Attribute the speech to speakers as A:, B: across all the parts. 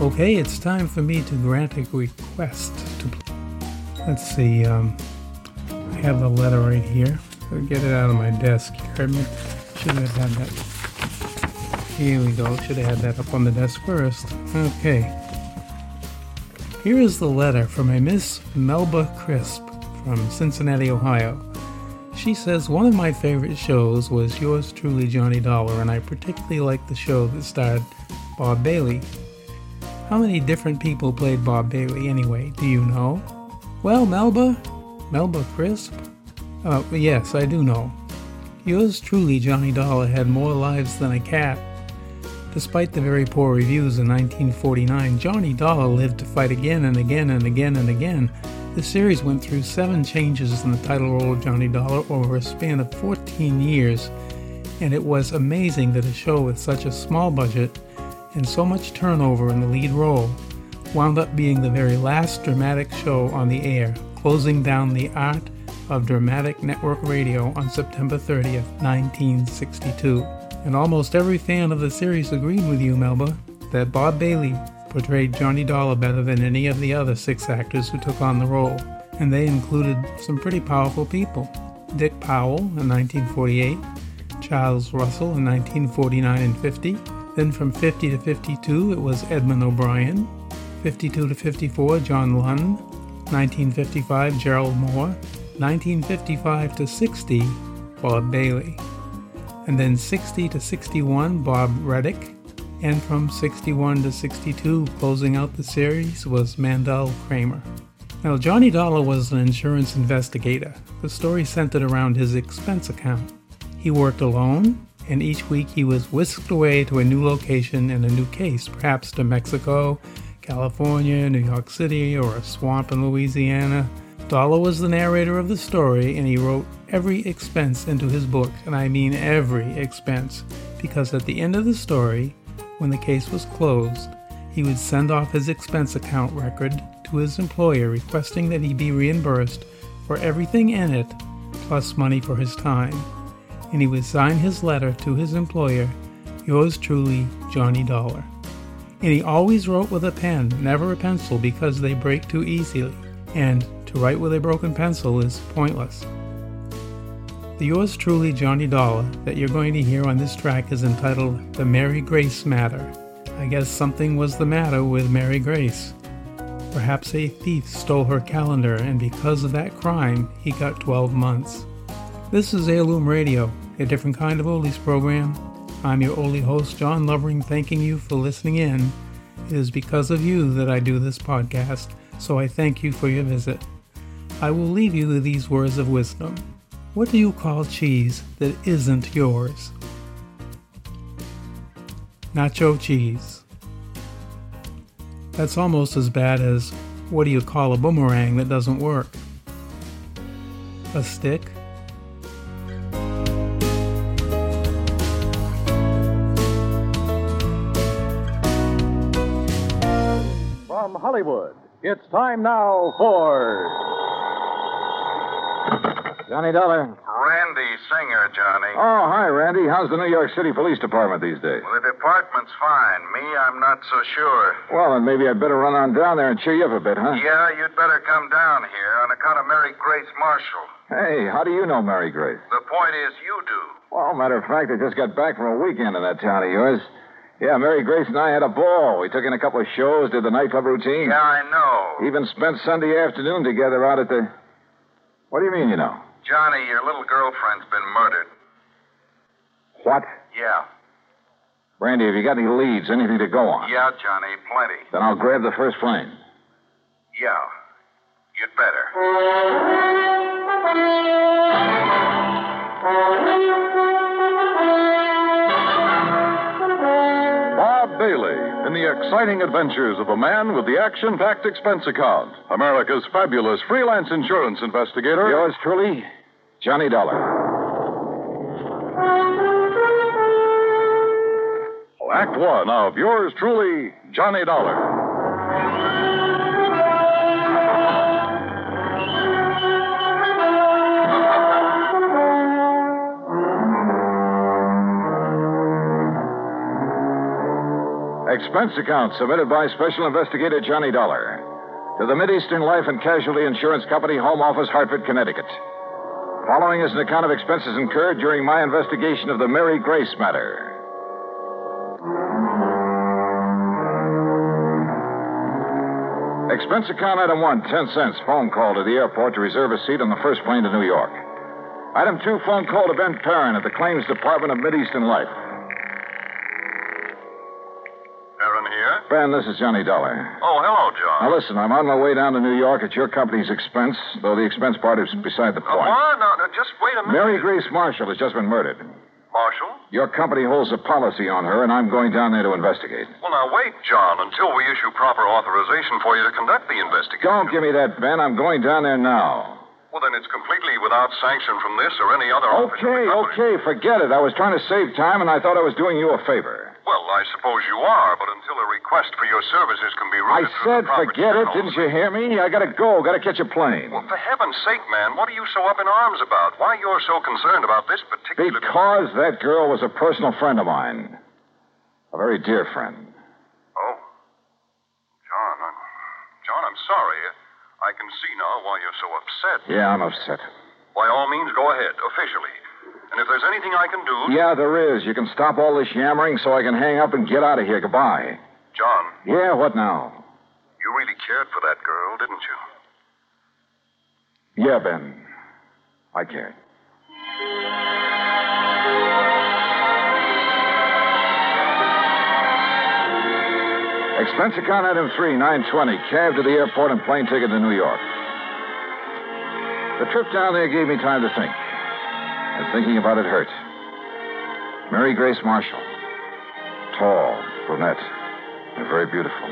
A: Okay, it's time for me to grant a request to. Let's see. Um, I have the letter right here. I'll get it out of my desk here. I mean, should have had that. Here we go. Should have had that up on the desk first. Okay. Here is the letter from a Miss Melba Crisp from Cincinnati, Ohio. She says one of my favorite shows was yours truly, Johnny Dollar, and I particularly liked the show that starred Bob Bailey. How many different people played Bob Bailey anyway? Do you know? Well, Melba, Melba Crisp. Uh, yes, I do know. Yours truly, Johnny Dollar, had more lives than a cat. Despite the very poor reviews in 1949, Johnny Dollar lived to fight again and again and again and again. The series went through seven changes in the title role of Johnny Dollar over a span of 14 years, and it was amazing that a show with such a small budget and so much turnover in the lead role wound up being the very last dramatic show on the air, closing down the art of dramatic network radio on September 30th, 1962. And almost every fan of the series agreed with you, Melba, that Bob Bailey portrayed Johnny Dollar better than any of the other six actors who took on the role, and they included some pretty powerful people Dick Powell in 1948, Charles Russell in 1949 and 50. Then from 50 to 52, it was Edmund O'Brien. 52 to 54, John Lund. 1955, Gerald Moore. 1955 to 60, Bob Bailey. And then 60 to 61, Bob Reddick. And from 61 to 62, closing out the series, was Mandel Kramer. Now, Johnny Dollar was an insurance investigator. The story centered around his expense account. He worked alone, and each week he was whisked away to a new location and a new case, perhaps to Mexico, California, New York City, or a swamp in Louisiana. Dollar was the narrator of the story, and he wrote every expense into his book, and I mean every expense, because at the end of the story, when the case was closed, he would send off his expense account record to his employer requesting that he be reimbursed for everything in it, plus money for his time and he would sign his letter to his employer, Yours truly, Johnny Dollar. And he always wrote with a pen, never a pencil, because they break too easily, and to write with a broken pencil is pointless. The Yours truly, Johnny Dollar, that you're going to hear on this track is entitled The Mary Grace Matter. I guess something was the matter with Mary Grace. Perhaps a thief stole her calendar, and because of that crime, he got 12 months. This is Heirloom Radio, a different kind of oldies program. I'm your oldie host, John Lovering, thanking you for listening in. It is because of you that I do this podcast, so I thank you for your visit. I will leave you with these words of wisdom. What do you call cheese that isn't yours? Nacho cheese. That's almost as bad as what do you call a boomerang that doesn't work? A stick?
B: From Hollywood, it's time now for. Johnny Dollar.
C: Randy Singer, Johnny.
B: Oh, hi, Randy. How's the New York City Police Department these days?
C: Well, the department's fine. Me, I'm not so sure.
B: Well, then maybe I'd better run on down there and cheer you up a bit, huh?
C: Yeah, you'd better come down here on account of Mary Grace Marshall.
B: Hey, how do you know Mary Grace?
C: The point is, you do.
B: Well, matter of fact, I just got back from a weekend in that town of yours. Yeah, Mary Grace and I had a ball. We took in a couple of shows, did the nightclub routine.
C: Yeah, I know.
B: Even spent Sunday afternoon together out at the. What do you mean, you know?
C: Johnny, your little girlfriend's been murdered.
B: What?
C: Yeah.
B: Randy, have you got any leads, anything to go on?
C: Yeah, Johnny, plenty.
B: Then I'll grab the first plane.
C: Yeah. You'd better.
D: Bob Bailey in the exciting adventures of a man with the action packed expense account. America's fabulous freelance insurance investigator.
B: Yours truly, Johnny Dollar.
D: Act one of yours truly, Johnny Dollar. A
B: Expense account submitted by Special Investigator Johnny Dollar to the Mideastern Life and Casualty Insurance Company Home Office, Hartford, Connecticut. Following is an account of expenses incurred during my investigation of the Mary Grace matter. Expense account item one, 10 cents. Phone call to the airport to reserve a seat on the first plane to New York. Item two, phone call to Ben Perrin at the claims department of Mideastern Life.
C: Aaron here.
B: Ben, this is Johnny Dollar.
C: Oh, hello, John.
B: Now listen, I'm on my way down to New York at your company's expense, though the expense part is beside the
C: Uh,
B: point.
C: what? No, no, just wait a minute.
B: Mary Grace Marshall has just been murdered.
C: Marshal?
B: Your company holds a policy on her, and I'm going down there to investigate.
C: Well, now wait, John, until we issue proper authorization for you to conduct the investigation.
B: Don't give me that, Ben. I'm going down there now.
C: Well, then it's completely without sanction from this or any other officer.
B: Okay, okay, forget it. I was trying to save time, and I thought I was doing you a favor.
C: Well, I suppose you are, but until a request for your services can be
B: I
C: routed through
B: said
C: the proper
B: forget it.
C: channels-
B: Didn't you hear me? I gotta go. Gotta catch a plane.
C: Well, for heaven's sake, man, what are you so up in arms about? Why you're so concerned about this particular...
B: Because that girl was a personal friend of mine. A very dear friend.
C: Oh. John, I'm... John, I'm sorry. I can see now why you're so upset.
B: Yeah, I'm upset.
C: By all means, go ahead, officially. And if there's anything I can do...
B: Yeah, there is. You can stop all this yammering so I can hang up and get out of here. Goodbye.
C: John,
B: Yeah, what now?
C: you really cared for that girl, didn't you?
B: Yeah, Ben. I care. Expense account item three, 920. Cab to the airport and plane ticket to New York. The trip down there gave me time to think. And thinking about it hurt. Mary Grace Marshall. Tall, brunette, and very beautiful.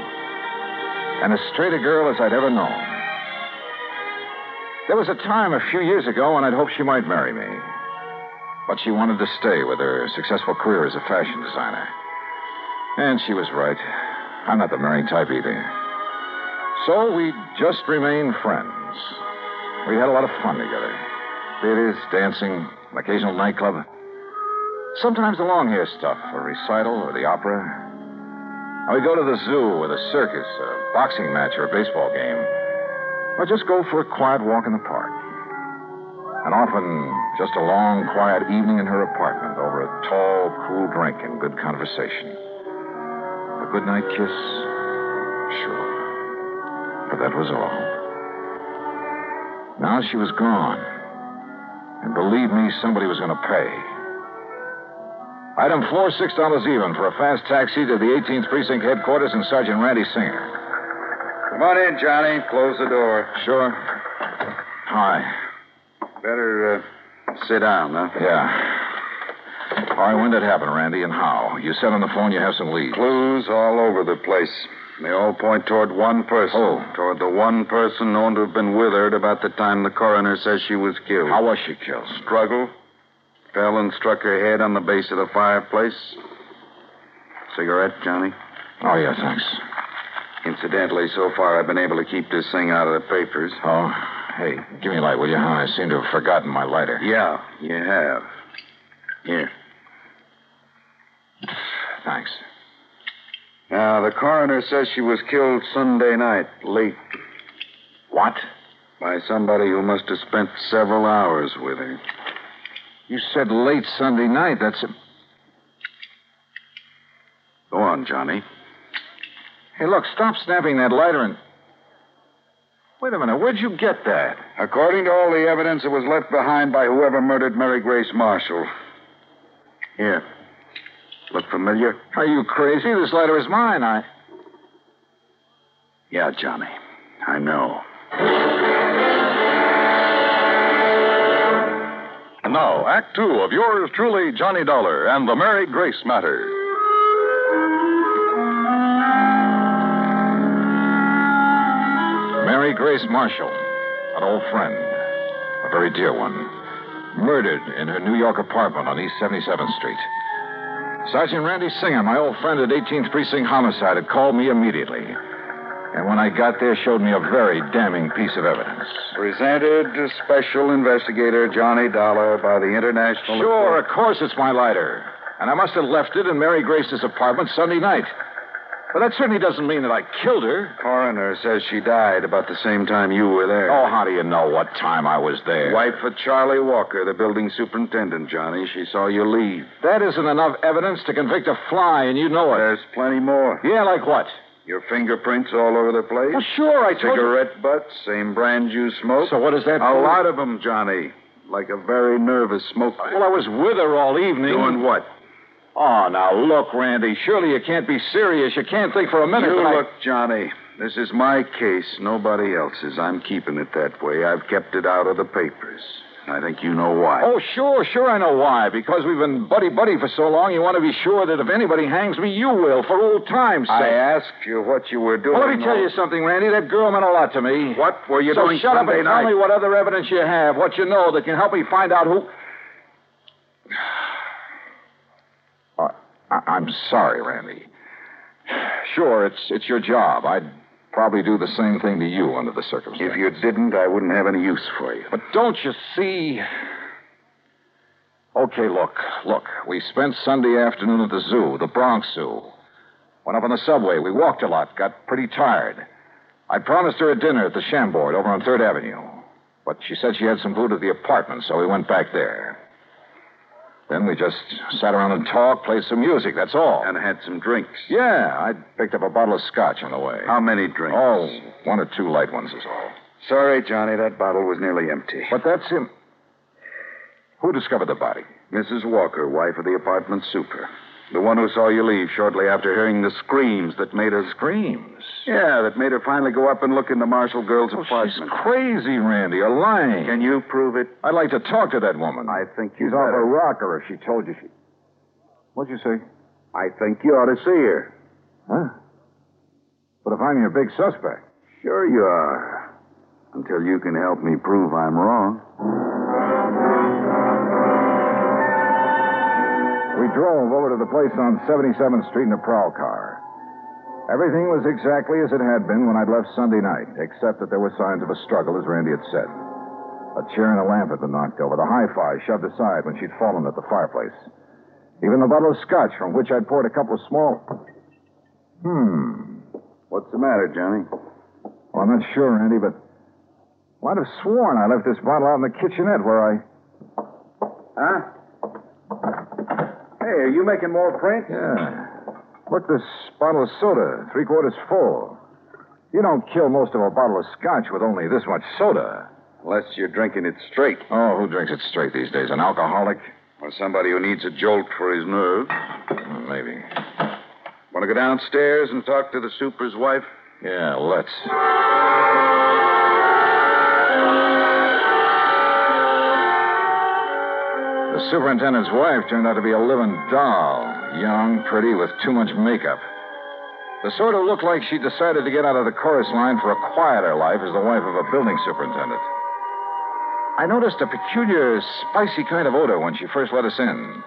B: And as straight a girl as I'd ever known. There was a time a few years ago when I'd hoped she might marry me. But she wanted to stay with her successful career as a fashion designer. And she was right. I'm not the marrying type either. So we just remained friends. We had a lot of fun together theaters, dancing, an occasional nightclub. Sometimes the long hair stuff, a recital or the opera. Or we go to the zoo or the circus, a boxing match or a baseball game. Or just go for a quiet walk in the park. And often, just a long, quiet evening in her apartment over a tall, cool drink and good conversation. A good night kiss? Sure. But that was all. Now she was gone. And believe me, somebody was going to pay. Item four, six dollars even for a fast taxi to the 18th Precinct headquarters and Sergeant Randy Singer.
E: Come on in, Johnny. Close the door.
B: Sure. Hi.
E: Better uh, sit down, huh?
B: Yeah. All right, when did it happen, Randy, and how? You said on the phone you have some leads.
E: Clues all over the place. They all point toward one person.
B: Oh.
E: Toward the one person known to have been with her at about the time the coroner says she was killed.
B: How was she killed?
E: Struggle. Fell and struck her head on the base of the fireplace. Cigarette, Johnny?
B: Oh, yeah, thanks.
E: Incidentally, so far I've been able to keep this thing out of the papers.
B: Oh, hey, give me a light, will you? I seem to have forgotten my lighter.
E: Yeah, you have. Here.
B: Thanks.
E: Now, the coroner says she was killed Sunday night, late.
B: What?
E: By somebody who must have spent several hours with her.
B: You said late Sunday night. That's.
E: Go on, Johnny.
B: Hey, look, stop snapping that lighter and. Wait a minute, where'd you get that?
E: According to all the evidence that was left behind by whoever murdered Mary Grace Marshall. Here. Look familiar?
B: Are you crazy? This lighter is mine. I.
E: Yeah, Johnny. I know.
D: And now, Act Two of yours truly, Johnny Dollar and the Mary Grace Matter.
B: Mary Grace Marshall, an old friend, a very dear one, murdered in her New York apartment on East 77th Street. Sergeant Randy Singer, my old friend at 18th Precinct Homicide, had called me immediately. And when I got there, showed me a very damning piece of evidence.
E: Presented to Special Investigator Johnny Dollar by the International.
B: Sure, of course it's my lighter. And I must have left it in Mary Grace's apartment Sunday night. But that certainly doesn't mean that I killed her.
E: Coroner says she died about the same time you were there.
B: Oh, how do you know what time I was there?
E: Wife of Charlie Walker, the building superintendent, Johnny. She saw you leave.
B: That isn't enough evidence to convict a fly, and you know it.
E: There's plenty more.
B: Yeah, like what?
E: Your fingerprints all over the place.
B: Well, sure, I told you.
E: Cigarette butts, same brand you smoke.
B: So what does that
E: A
B: prove?
E: lot of them, Johnny. Like a very nervous smoker.
B: Well, I was with her all evening.
E: Doing what?
B: Oh, now look, Randy. Surely you can't be serious. You can't think for a minute.
E: You
B: that I-
E: look, Johnny. This is my case, nobody else's. I'm keeping it that way. I've kept it out of the papers. I think you know why.
B: Oh, sure, sure, I know why. Because we've been buddy buddy for so long, you want to be sure that if anybody hangs me, you will, for old time's sake.
E: I asked you what you were doing.
B: Well, let me tell you something, Randy. That girl meant a lot to me.
E: What were you
B: so
E: doing
B: shut up
E: Sunday
B: and
E: night?
B: tell me what other evidence you have, what you know that can help me find out who. Uh, I- I'm sorry, Randy. Sure, it's it's your job. I'd probably do the same thing to you under the circumstances.
E: If you didn't, I wouldn't have any use for you.
B: But don't you see? Okay, look, look. We spent Sunday afternoon at the zoo, the Bronx Zoo. Went up on the subway. We walked a lot, got pretty tired. I promised her a dinner at the Chambord over on 3rd Avenue. But she said she had some food at the apartment, so we went back there. Then we just sat around and talked, played some music, that's all.
E: And had some drinks.
B: yeah, I picked up a bottle of scotch on the way.
E: How many drinks?
B: Oh, one or two light ones is all.
E: Sorry, Johnny, that bottle was nearly empty.
B: But that's him. Who discovered the body?
E: Mrs. Walker, wife of the apartment super. The one who saw you leave shortly after hearing the screams that made her.
B: Screams.
E: Yeah, that made her finally go up and look in the Marshall girl's
B: Oh, she's
E: apartment.
B: crazy, Randy. You're lying.
E: Can you prove it?
B: I'd like to talk to that woman.
E: I think you
B: She's off
E: better.
B: her rocker if she told you she. What'd you say?
E: I think you ought to see her.
B: Huh? But if I'm your big suspect.
E: Sure you are. Until you can help me prove I'm wrong.
B: We drove over to the place on 77th Street in a prowl car. Everything was exactly as it had been when I'd left Sunday night, except that there were signs of a struggle, as Randy had said. A chair and a lamp had been knocked over, the hi fi shoved aside when she'd fallen at the fireplace. Even the bottle of scotch from which I'd poured a couple of small. Hmm.
E: What's the matter, Johnny?
B: Well, I'm not sure, Randy, but I'd have sworn I left this bottle out in the kitchenette where I.
E: Huh? Hey, are you making more prints?
B: Yeah. Look, this bottle of soda, three quarters full. You don't kill most of a bottle of scotch with only this much soda.
E: Unless you're drinking it straight.
B: Oh, who drinks it straight these days? An alcoholic?
E: Or somebody who needs a jolt for his nerve.
B: Mm, Maybe.
E: Want to go downstairs and talk to the super's wife?
B: Yeah, let's. The superintendent's wife turned out to be a living doll. Young, pretty, with too much makeup. The sort who looked like she decided to get out of the chorus line for a quieter life as the wife of a building superintendent. I noticed a peculiar, spicy kind of odor when she first let us in,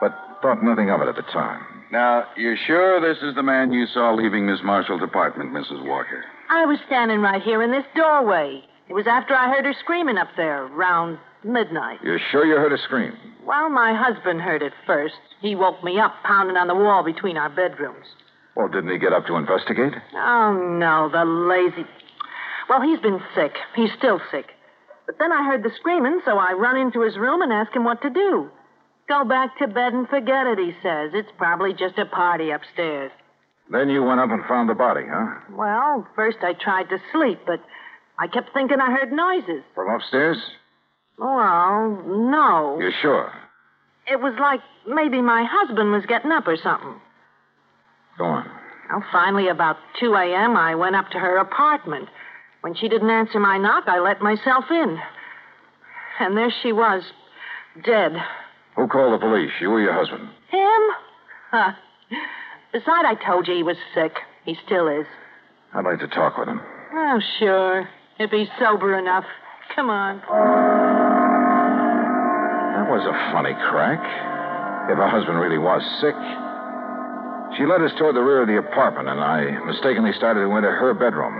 B: but thought nothing of it at the time.
E: Now, you're sure this is the man you saw leaving Miss Marshall's apartment, Mrs. Walker?
F: I was standing right here in this doorway. It was after I heard her screaming up there around midnight.
B: You're sure you heard her scream?
F: Well, my husband heard it first. He woke me up, pounding on the wall between our bedrooms.
B: Well, didn't he get up to investigate?
F: Oh, no, the lazy. Well, he's been sick. He's still sick. But then I heard the screaming, so I run into his room and ask him what to do. Go back to bed and forget it, he says. It's probably just a party upstairs.
B: Then you went up and found the body, huh?
F: Well, first I tried to sleep, but I kept thinking I heard noises.
B: From upstairs?
F: Well, no.
B: You're sure?
F: It was like maybe my husband was getting up or something.
B: Go on.
F: Well, finally, about 2 a.m., I went up to her apartment. When she didn't answer my knock, I let myself in. And there she was, dead.
B: Who called the police? You or your husband?
F: Him? Huh. Beside, I told you he was sick. He still is.
B: I'd like to talk with him.
F: Oh, sure. If he's sober enough. Come on.
B: That was a funny crack. If her husband really was sick. She led us toward the rear of the apartment, and I mistakenly started to enter her bedroom.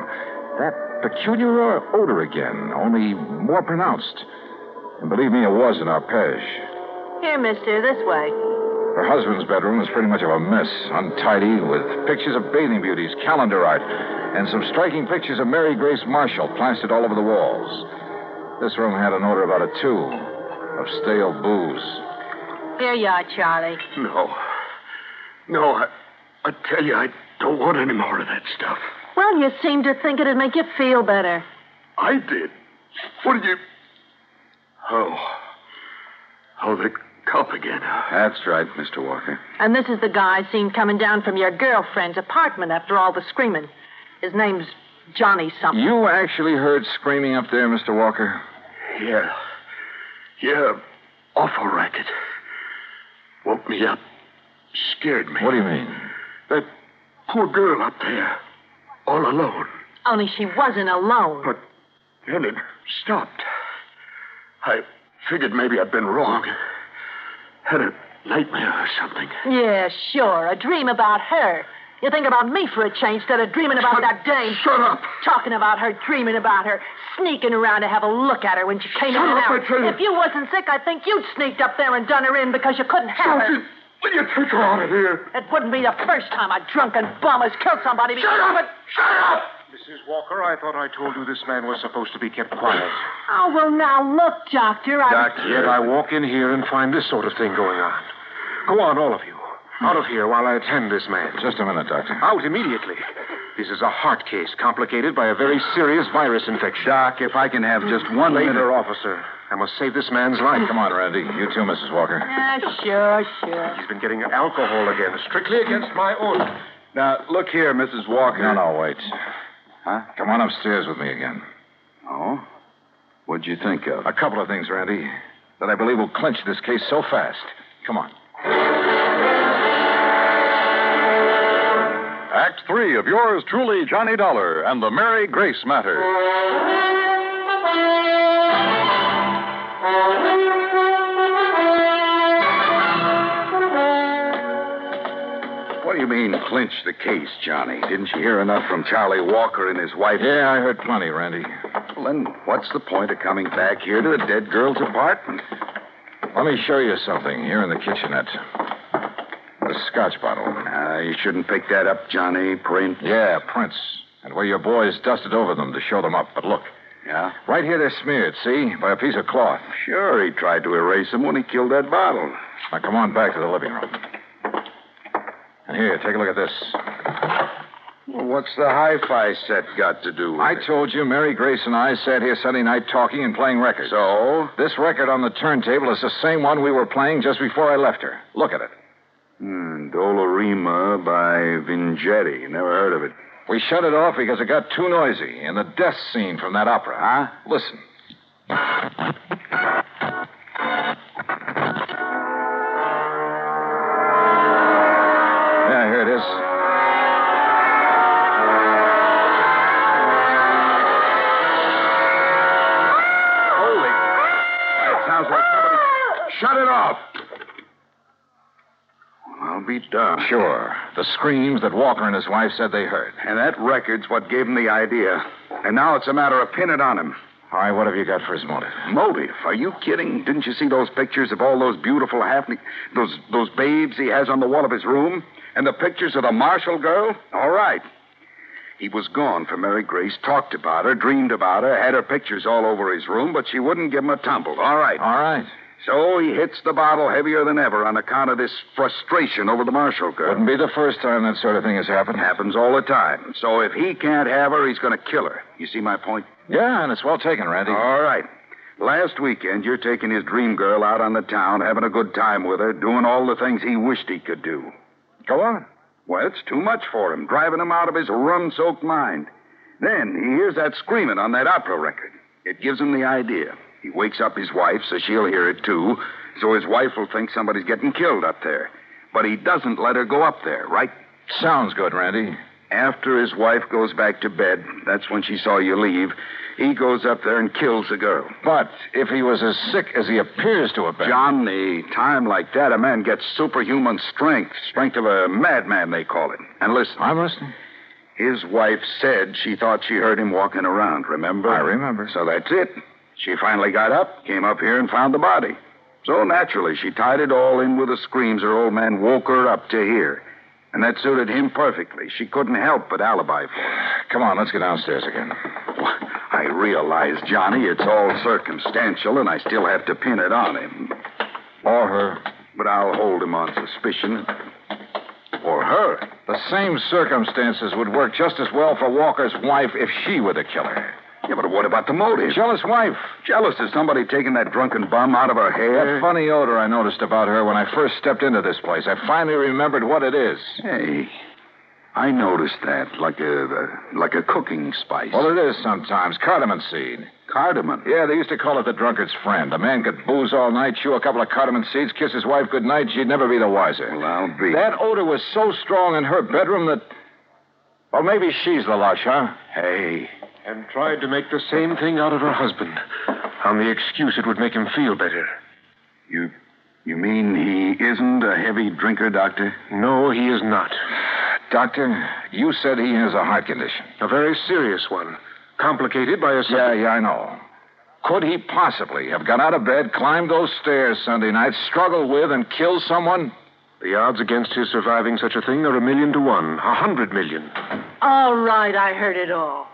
B: That peculiar odor again, only more pronounced. And believe me, it was an arpege.
F: Here, mister, this way.
B: Her husband's bedroom was pretty much of a mess, untidy, with pictures of bathing beauties, calendar art, and some striking pictures of Mary Grace Marshall plastered all over the walls. This room had an odor about a two of stale booze.
F: There you are, Charlie.
G: No. No, I, I tell you, I don't want any more of that stuff.
F: Well, you seem to think it'd make you feel better.
G: I did. What did you. Oh. Oh, the cop again.
E: That's right, Mr. Walker.
F: And this is the guy seen coming down from your girlfriend's apartment after all the screaming. His name's Johnny something.
B: You actually heard screaming up there, Mr. Walker?
G: Yeah. Yeah. Awful racket. Woke me up. Scared me.
B: What do you mean?
G: That poor girl up there. All alone.
F: Only she wasn't alone.
G: But then it stopped. I figured maybe I'd been wrong. Had a nightmare or something.
F: Yeah, sure. A dream about her. You think about me for a change instead of dreaming about that dame.
G: Shut up!
F: Talking about her, dreaming about her, sneaking around to have a look at her when she came
G: Shut
F: in and
G: up,
F: out.
G: I tell you.
F: If you wasn't sick, I think you'd sneaked up there and done her in because you couldn't have her.
G: Sergeant, will you take her out of here?
F: It wouldn't be the first time a drunken bum has killed somebody. Shut up!
G: Shut up!
H: Mrs. Walker, I thought I told you this man was supposed to be kept quiet.
F: Oh, well, now look, Doctor. I...
H: Doctor. Yet I walk in here and find this sort of thing going on. Go on, all of you. Out of here while I attend this man.
B: Just a minute, Doctor.
H: Out immediately. This is a heart case complicated by a very serious virus infection.
E: Doc, if I can have just one
H: Later,
E: minute.
H: officer. I must save this man's life.
B: Come on, Randy. You too, Mrs. Walker.
F: Yeah, Uh, sure, sure.
H: He's been getting alcohol again, strictly against my order.
E: Now, look here, Mrs. Walker.
B: No, no, wait.
E: Huh?
B: Come on upstairs with me again.
E: Oh? What'd you think of?
B: A couple of things, Randy, that I believe will clinch this case so fast. Come on.
D: Act three of yours truly, Johnny Dollar and the Mary Grace Matter.
E: What do you mean, clinch the case, Johnny? Didn't you hear enough from Charlie Walker and his wife?
B: Yeah, I heard plenty, Randy.
E: Well, then what's the point of coming back here to the dead girl's apartment?
B: Let me show you something here in the kitchenette. The scotch bottle.
E: Uh, you shouldn't pick that up, Johnny. Print.
B: Yeah, prints. And where your boys dusted over them to show them up. But look,
E: Yeah?
B: right here they're smeared, see? By a piece of cloth.
E: Sure, he tried to erase them when he killed that bottle.
B: Now, come on back to the living room. And here, take a look at this.
E: Well, what's the hi-fi set got to do with
B: I
E: it?
B: told you Mary Grace and I sat here Sunday night talking and playing records.
E: So?
B: This record on the turntable is the same one we were playing just before I left her. Look at it.
E: Hmm, Dolorima by Vingetti. Never heard of it.
B: We shut it off because it got too noisy and the death scene from that opera. Huh? Listen. Yeah, here it is.
E: Holy... That sounds like somebody... Shut it off! I'll be darned.
B: Sure. The screams that Walker and his wife said they heard.
E: And that record's what gave him the idea. And now it's a matter of pinning it on him.
B: All right, what have you got for his motive?
E: Motive? Are you kidding? Didn't you see those pictures of all those beautiful half those those babes he has on the wall of his room? And the pictures of the Marshall girl? All right. He was gone for Mary Grace, talked about her, dreamed about her, had her pictures all over his room, but she wouldn't give him a tumble. All right.
B: All right.
E: So he hits the bottle heavier than ever on account of this frustration over the Marshall girl.
B: Wouldn't be the first time that sort of thing has happened.
E: Happens all the time. So if he can't have her, he's going to kill her. You see my point?
B: Yeah, and it's well taken, Randy.
E: All right. Last weekend, you're taking his dream girl out on the town, having a good time with her, doing all the things he wished he could do.
B: Go on.
E: Well, it's too much for him, driving him out of his rum soaked mind. Then he hears that screaming on that opera record. It gives him the idea. He wakes up his wife, so she'll hear it too, so his wife will think somebody's getting killed up there. But he doesn't let her go up there, right?
B: Sounds good, Randy.
E: After his wife goes back to bed, that's when she saw you leave, he goes up there and kills the girl.
B: But if he was as sick as he appears to have been.
E: Johnny, time like that, a man gets superhuman strength. Strength of a madman, they call it. And listen,
B: I'm listening.
E: his wife said she thought she heard him walking around, remember?
B: I remember.
E: So that's it. She finally got up, came up here, and found the body. So naturally, she tied it all in with the screams her old man woke her up to hear. And that suited him perfectly. She couldn't help but alibi for it.
B: Come on, let's get downstairs again.
E: I realize, Johnny, it's all circumstantial, and I still have to pin it on him. Or her. But I'll hold him on suspicion. Or her.
B: The same circumstances would work just as well for Walker's wife if she were the killer.
E: Yeah, but what about the motive?
B: Jealous wife.
E: Jealous of somebody taking that drunken bum out of her hair?
B: That funny odor I noticed about her when I first stepped into this place. I finally remembered what it is.
E: Hey, I noticed that, like a uh, like a cooking spice.
B: Well, it is sometimes. Cardamom seed.
E: Cardamom.
B: Yeah, they used to call it the drunkard's friend. A man could booze all night, chew a couple of cardamom seeds, kiss his wife goodnight, she'd never be the wiser.
E: Well, I'll be.
B: That odor was so strong in her bedroom that. Well, maybe she's the lush, huh?
E: Hey.
H: And tried to make the same thing out of her husband on the excuse it would make him feel better.
E: You. You mean he isn't a heavy drinker, Doctor?
H: No, he is not.
B: Doctor, you said he has a heart condition.
H: A very serious one, complicated by a.
B: Yeah, yeah, I know. Could he possibly have got out of bed, climbed those stairs Sunday night, struggled with, and killed someone?
H: The odds against his surviving such a thing are a million to one, a hundred million.
F: All right, I heard it all.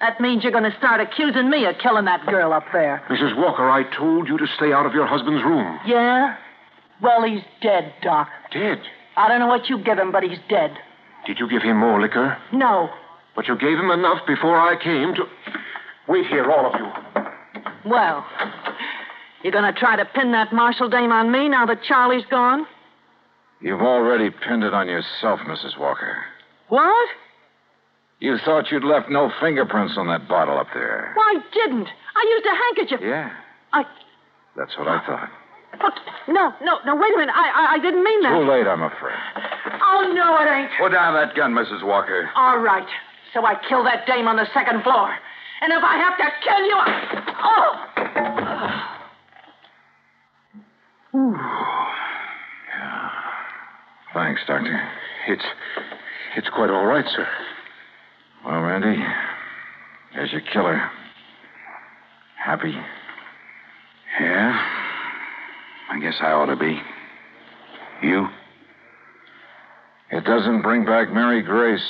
F: That means you're going to start accusing me of killing that girl up there.
H: Mrs. Walker, I told you to stay out of your husband's room.
F: Yeah? Well, he's dead, Doc.
H: Dead.
F: I don't know what you give him, but he's dead.
H: Did you give him more liquor?
F: No.
H: But you gave him enough before I came to. Wait here, all of you.
F: Well, you're going to try to pin that Marshall dame on me now that Charlie's gone?
B: You've already pinned it on yourself, Mrs. Walker.
F: What?
B: You thought you'd left no fingerprints on that bottle up there.
F: Why didn't? I used a handkerchief.
B: Yeah,
F: I.
B: that's what I thought.
F: But, no, no, no, wait a minute. I, I, I didn't mean that.
B: Too late, I'm afraid.
F: Oh, no, it ain't.
E: Put down that gun, Mrs. Walker.
F: All right. So I kill that dame on the second floor. And if I have to kill you, I... Oh!
B: Thanks, Doctor.
H: It's. It's quite all right, sir.
B: Well, Randy, there's your killer. Happy?
E: Yeah? I guess I ought to be. You?
B: It doesn't bring back Mary Grace.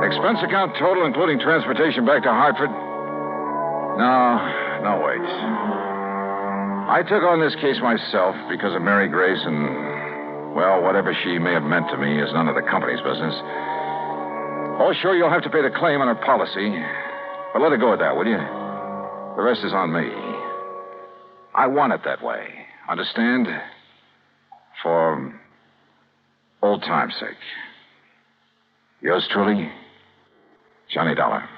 B: Expense account total, including transportation back to Hartford. No, no, wait. I took on this case myself because of Mary Grace and, well, whatever she may have meant to me is none of the company's business. Oh, sure, you'll have to pay the claim on her policy. But let it go at that, will you? The rest is on me. I want it that way. Understand? For old time's sake. Yours truly, Johnny Dollar.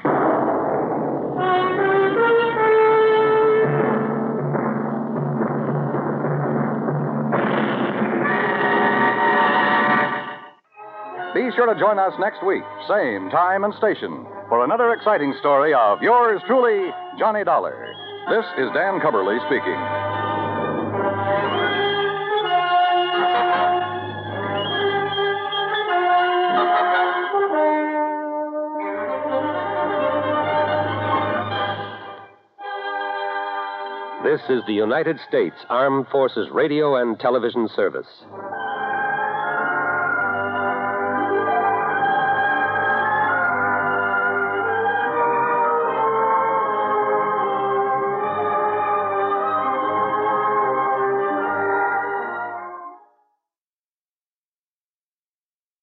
D: Be sure to join us next week, same time and station, for another exciting story of yours truly, Johnny Dollar. This is Dan Cumberly speaking.
I: This is the United States Armed Forces Radio and Television Service.